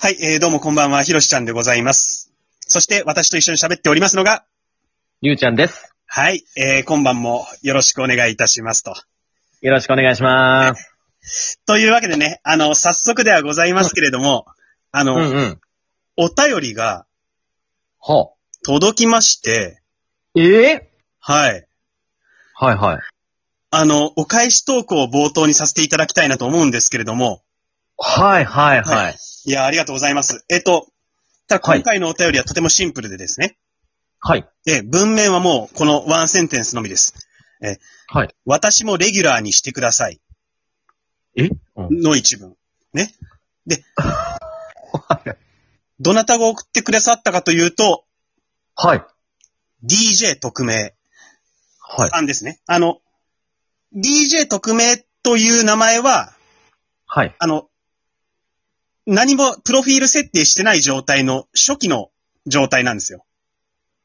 はい、えー、どうもこんばんは、ひろしちゃんでございます。そして、私と一緒に喋っておりますのが、ゆうちゃんです。はい、えー、今晩もよろしくお願いいたしますと。よろしくお願いします。というわけでね、あの、早速ではございますけれども、あうの、んうん。お便りがは届きまして、あ、ええはい、はいはい。あの、お返し投稿を冒頭にさせていただきたいなと思うんですけれども、はいはいは。はいいや、ありがとうございます。えっと、ただはい今回のお便りはとてもシンプルでですね、はい。えー、文面はもうこのワンセンテンスのみです。はい。私もレギュラーにしてください。えの一文。ね。で、どなたが送ってくださったかというと、はい。 DJ 特命はい。さんですね。あの、DJ 特命という名前は、はい。あの、何もプロフィール設定してない状態の初期の状態なんですよ。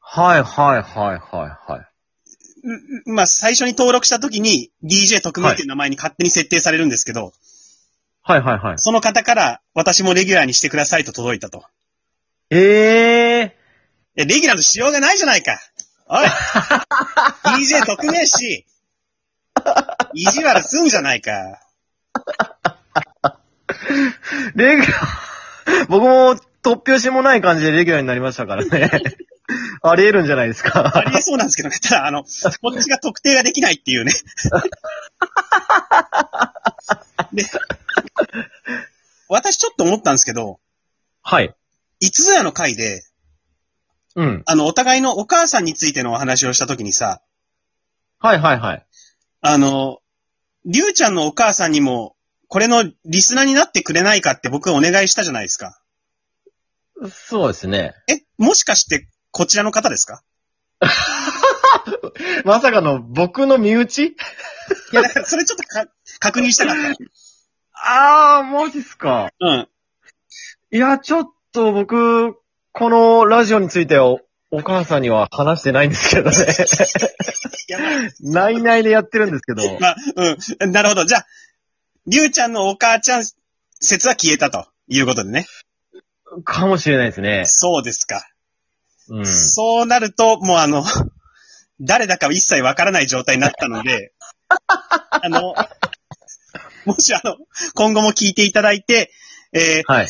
はいはいはいはいはい。ううまあ、最初に登録した時に DJ 特命っていう名前に勝手に設定されるんですけど、はいはいはい。その方から私もレギュラーにしてくださいと届いたと。えええ、レギュラーのしようがないじゃないか。おい !DJ 特命し、意地悪すんじゃないか。レギュラー、 僕も突拍子もない感じでレギュラーになりましたから ね。あり得るんじゃないですあか。りえそうなんですけどね。ただ、あの、こっちが特定ができないっていうね。で、私ちょっと思ったんですけど、はい。いつぞやの回で、うん。あの、お互いのお母さんについてのお話をしたときにさ、はいはいはい。あの、りゅうちゃんのお母さんにも、これのリスナーになってくれないかって僕お願いしたじゃないですか。そうですね。え、もしかして、こちらの方ですかまさかの僕の身内いや、だからそれちょっとか確認したかっああ、マジっすか。た。うん。いや、ちょっと僕、このラジオについてはお、お母さんには話してないんですけ どね。いやま内々でやってるんですけど。あ、まあ、うん。なるほど。じゃあ、りゅうちゃんのお母ちゃん説は消えたということでね。かもしれないですね。そうですか。うん。そうなると、もうあの、誰だかは一切わからない状態になったので、あの、もしあの、今後も聞いていただいて、えーはい。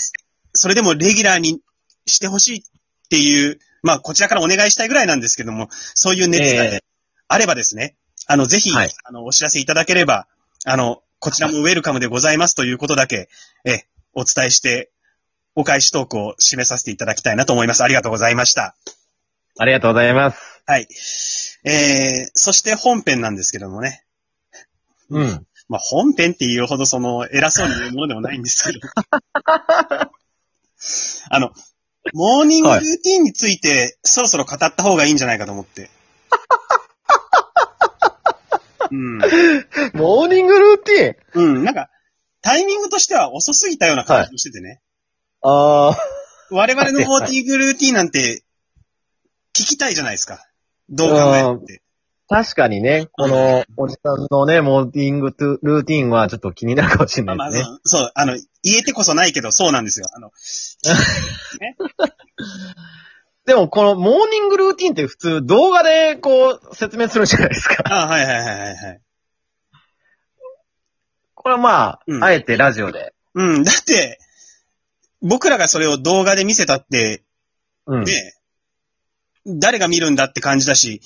それでもレギュラーにしてほしいっていう、まあ、こちらからお願いしたいぐらいなんですけども、そういう熱がね、ええあればですね、あの、ぜひ、はいあの、お知らせいただければ、あの、こちらもウェルカムでございますということだけ、え、お伝えして、お返しトークを締めさせていただきたいなと思います。ありがとうございました。ありがとうございます。はい。えー、そして本編なんですけどもね。うん。まあ、本編っていうほどその、偉そうに言うものでもないんですけど。あの、モーニングルーティンについて、そろそろ語った方がいいんじゃないかと思って。うん。モーニングルーティンうん、なんか、タイミングとしては遅すぎたような感じもしててね。あ我々のモーニングルーティンなんて、聞きたいじゃないですか。どう考えたって。あ、確かにね、この、おじさんのね、モーニングトゥルーティンはちょっと気になるかもしれまあまないあ、ですね。そうそう、あの、言えてこそないけど、そうなんですよ。あの、でも、このモーニングルーティンって普通動画でこう説明するじゃないですか。あはいはいはいはいはい。これはまあ、うんあえてラジオで。うん、だって、僕らがそれを動画で見せたって、うん。ね、誰が見るんだって感じだ し、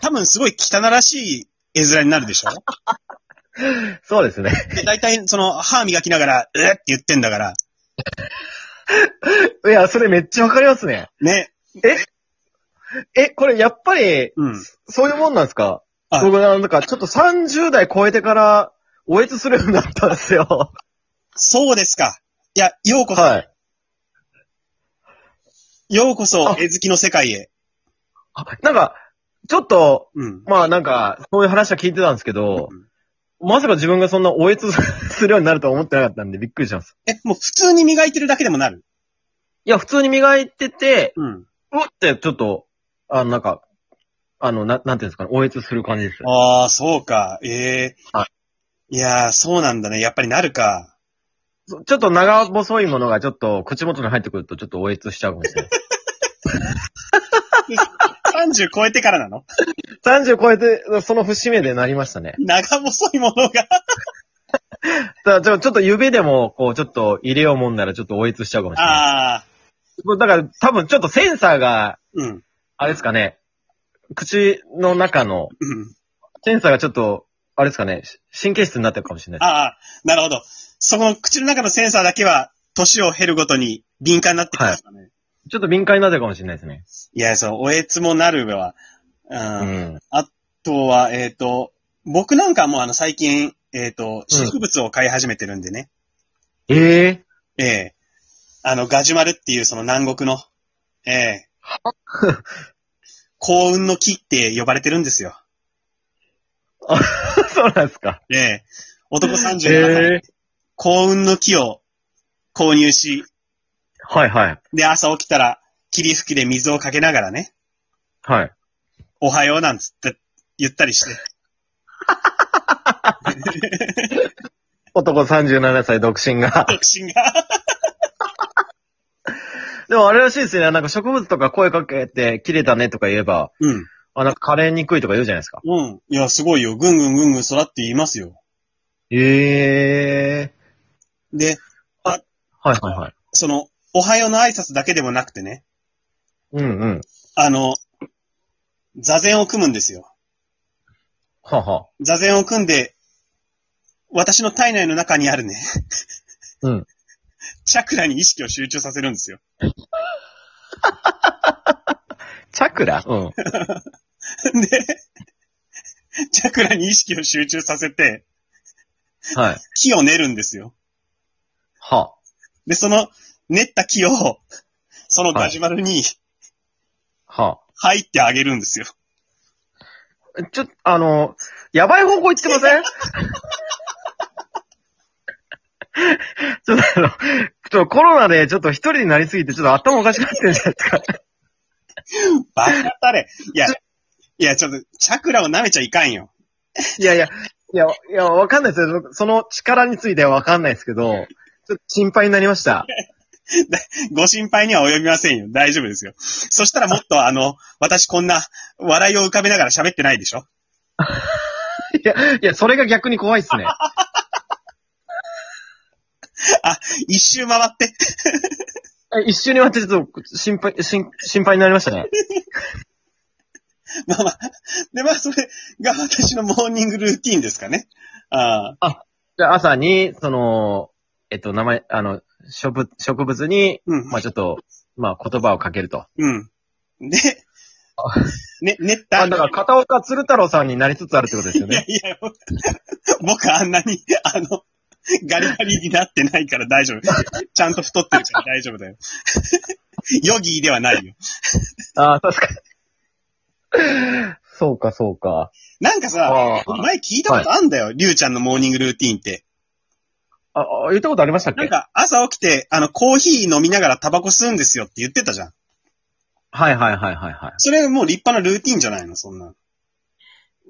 多分すごい汚らしい絵面になるでしょそうですね。で大体、その、歯磨きながら、うえって言ってんだから、いや、それめっちゃわかりますね。ね。え、これやっぱり、うん。そういうもんなんですかあ僕なんか、ちょっと30代超えてから、おえつするようになったんですよ。そうですか。いや、ようこそ、 はい。ようこそあ、絵好きの世界へ。なんか、ちょっと、うん。まあなんか、そういう話は聞いてたんですけどう、んまさか自分がそんなおえつするようになるとは思ってなかったんでびっくりします。え、もう普通に磨いてるだけでもなる。いや、普通に磨いてて、うん。うってちょっと、あの、なんか、あの、ななんていうんですかね、おえつする感じです。ああ、そうか。ええはいやー、そうなんだね。やっぱりなるか。そちょっと長細いものがちょっと口元に入ってくるとちょっと応出しちゃうかもしれ ない。 30超えてからなの30超えて、その節目でなりましたね。長細いものが。だからちょちょっと指でも、こう、ちょっと入れようもんならちょっと応出しちゃうかもしれない。 ああ。だから多分ちょっとセンサーが、うん。あれですかね、口の中の、うん。センサーがちょっと、あれですかね、し神経質になってるかもしれないです。ああ、なるほど。その口の中のセンサーだけは、年を経るごとに敏感になってきますからね。い、ちょっと敏感になってるかもしれないですね。や、そう、おえつもなるわ。うん。うあん。とは、えっ、と、僕なんかはもうあの最近、えっ、と、植物を飼い始めてるんでね。ええええあの、ガジュマルっていうその南国の、ええ 幸運の木って呼ばれてるんですよ。 そうなんですか。ええ男37歳、幸運の木を購入し、はいはい。で、朝起きたら、霧吹きで水をかけながらね、はい。おはようなんつって、言ったりして。男37歳独身 が。独身が。でもあれらしいですね。なんか植物とか声かけて切れたねとか言えば、うん。あ、なんか枯れにくいとか言うじゃないですか。うん。いや、すごいよ。ぐんぐんぐんぐん育って言いますよ。ええで、はいはいはい。その、おはようの挨拶だけでもなくてね、うんうん。あの、座禅を組むんですよ。はは。座禅を組んで、私の体内の中にあるね、うん。チャクラに意識を集中させるんですよ。チャクラうん。で、チャクラに意識を集中させて、はい。木を練るんですよ。は。で、その練った木を、 そのガジュマルには。入ってあげるんですよ。 ちょ、あの、やばい方向行ってま せんちょっとあの、ちょっとコロナでちょっと一人になりすぎてちょっと頭おかしくなってるじゃないですか。バカたれ。いや、いや、ちょっと、チャクラを舐めちゃいかんよ。いやいや、いや、いや、わかんないですよ。その力についてはわかんないですけど、ちょっと心配になりました。ご心配には及びませんよ。大丈夫ですよ。そしたらもっとあの、私こんな、笑いを浮かべながら喋ってないでしょいや、いや、それが逆に怖いですね。一周回って。一瞬に待ってちょっと心配、心心配になりましたね。まあまあ。で、まあ、それが私のモーニングルーティーンですかね。ああ、じゃあ朝に、その、えっと、名前、あの、植植物に、うん。まあちょっと、まあ言葉をかけると。うん。で、ね、練っあ、た。だから片岡鶴太郎さんになりつつあるってことですよいやね。いや、僕僕あんなに、あの、ガリガリになってないから大丈夫。ちゃんと太ってるから大丈夫だよ。ヨギーではないよ。 ああ、確かに。そうか、そうか。なんかさ、あー前聞いたことあんだよ、りゅうちゃんのモーニングルーティーンって。あ、あ言ったことありましたっなんけか、朝起きて、あの、コーヒー飲みながらタバコ吸うんですよって言ってたじゃん。はいはいはいはいはそれもう立派なルーティーンじゃないの、そんな。い。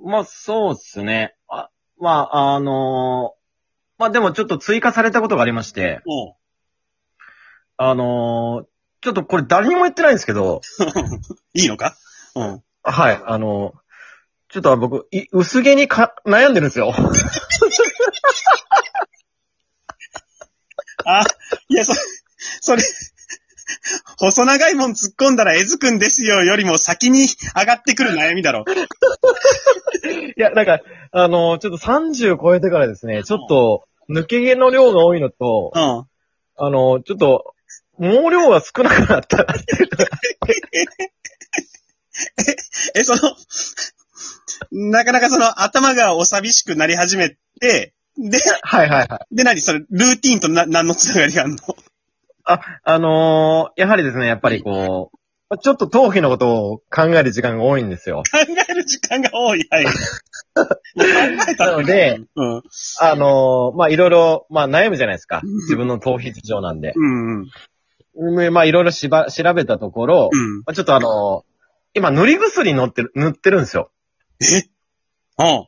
まあそうですね。あまあ、あのーまあでもちょっと追加されたことがありまして、おう。あのーちょっとこれ誰にも言ってないんですけど、いいのかうん。はい、あのーちょっと僕、い薄毛にか悩んでるんですよ。あ、いや、そ、それ、細長いもん突っ込んだらえずくんですよよりも先に上がってくる悩みだろ。いや、なんか、あのーちょっと30超えてからですね、ちょっと、抜け毛の量が多いのと、うん。あの、ちょっと、毛量が少なくなった。え、その、なかなかその 頭がお寂しくなり始めて、で、はいはいはい。で何それ、ルーティーンとな、何のつながりがあるのあのーやはりですね、やっぱりこう、ちょっと頭皮のことを考える時間が多いんですよ。考える時間が多い。 はい。もう考えたなので、うん。あのーまあ、いろいろ、まあ、悩むじゃないですか。自分の頭皮事情なんで。うん。うん。うんまあ、いろいろしば、調べたところ、うん。まあちょっとあのー今、塗り薬塗ってる、塗ってるんですよ。えうん。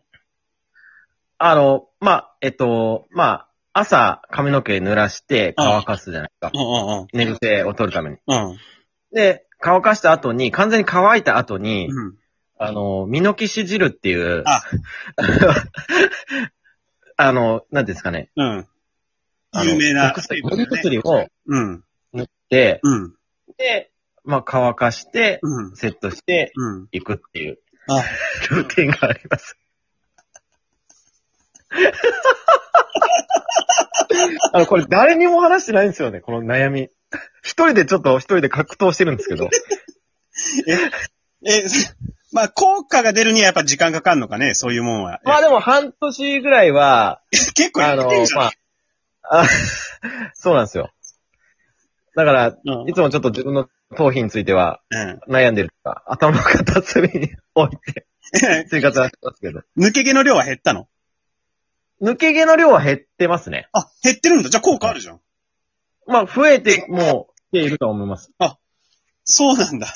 あの、まあ、えっと、まあ、朝、髪の毛濡らして乾かすじゃないですか。うん寝癖を取るために。うんうん。で、乾かした後に、完全に乾いた後に、うん。あの、ミノキシ汁っていう、あ あの、なんていうんですかね。うん。あの有名なお水薬分だねお薬をうん。塗って、うん。で、まあ乾かして、うん。セットしてうん。いくっていうあ、ルーティンがあり ます。あの、これ誰にも話してないんですよね、この悩み。一人でちょっと一人で格闘してるんですけど。え、まあ、効果が出るにはやっぱ時間かかんのかね、そういうもんは。まあでも半年ぐらいは、結構あやっのてんじ、ゃん。まあ、あ そうなんですよ。だから、うんいつもちょっと自分の頭皮についてはうん悩んでるとか、頭の片隅に置いて生活はしてますけど。抜け毛の量は減ったの抜け毛の量は減ってますね。あ、減ってるんだ。じゃあ効果あるじゃん。まあ、増えてもう来ているとは思います。そうなんだ。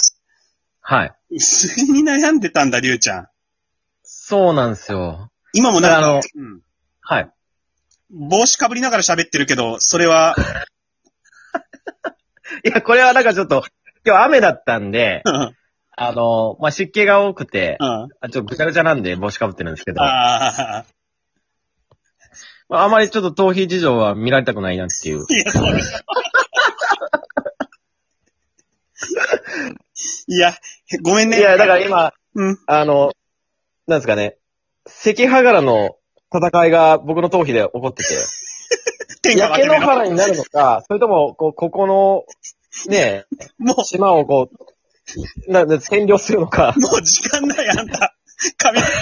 はい。薄毛に悩んでたんだ、りゅうちゃん。そうなんですよ。今もなんあかの、うんはい。帽子かぶりながら喋ってるけど、それは、いや、これはなんかちょっと、今日雨だったんで、うんうんあの、まあ、湿気が多くて、ああちょっとぐちゃぐちゃなんで帽子かぶってるんですけど、まああ、あまりちょっと頭皮事情は見られたくないなっていう。ー、いや、それはいや、ごめんいね。や、だから今、うん。あの、なんですかね、関ヶ原の戦いが僕の頭皮で起こって て、天下焼分け目け野の。原になるのか、それとも、こう、ここの、ねもえ、島をこう、な、な占領するのかう、、もう時間ない、あんた。髪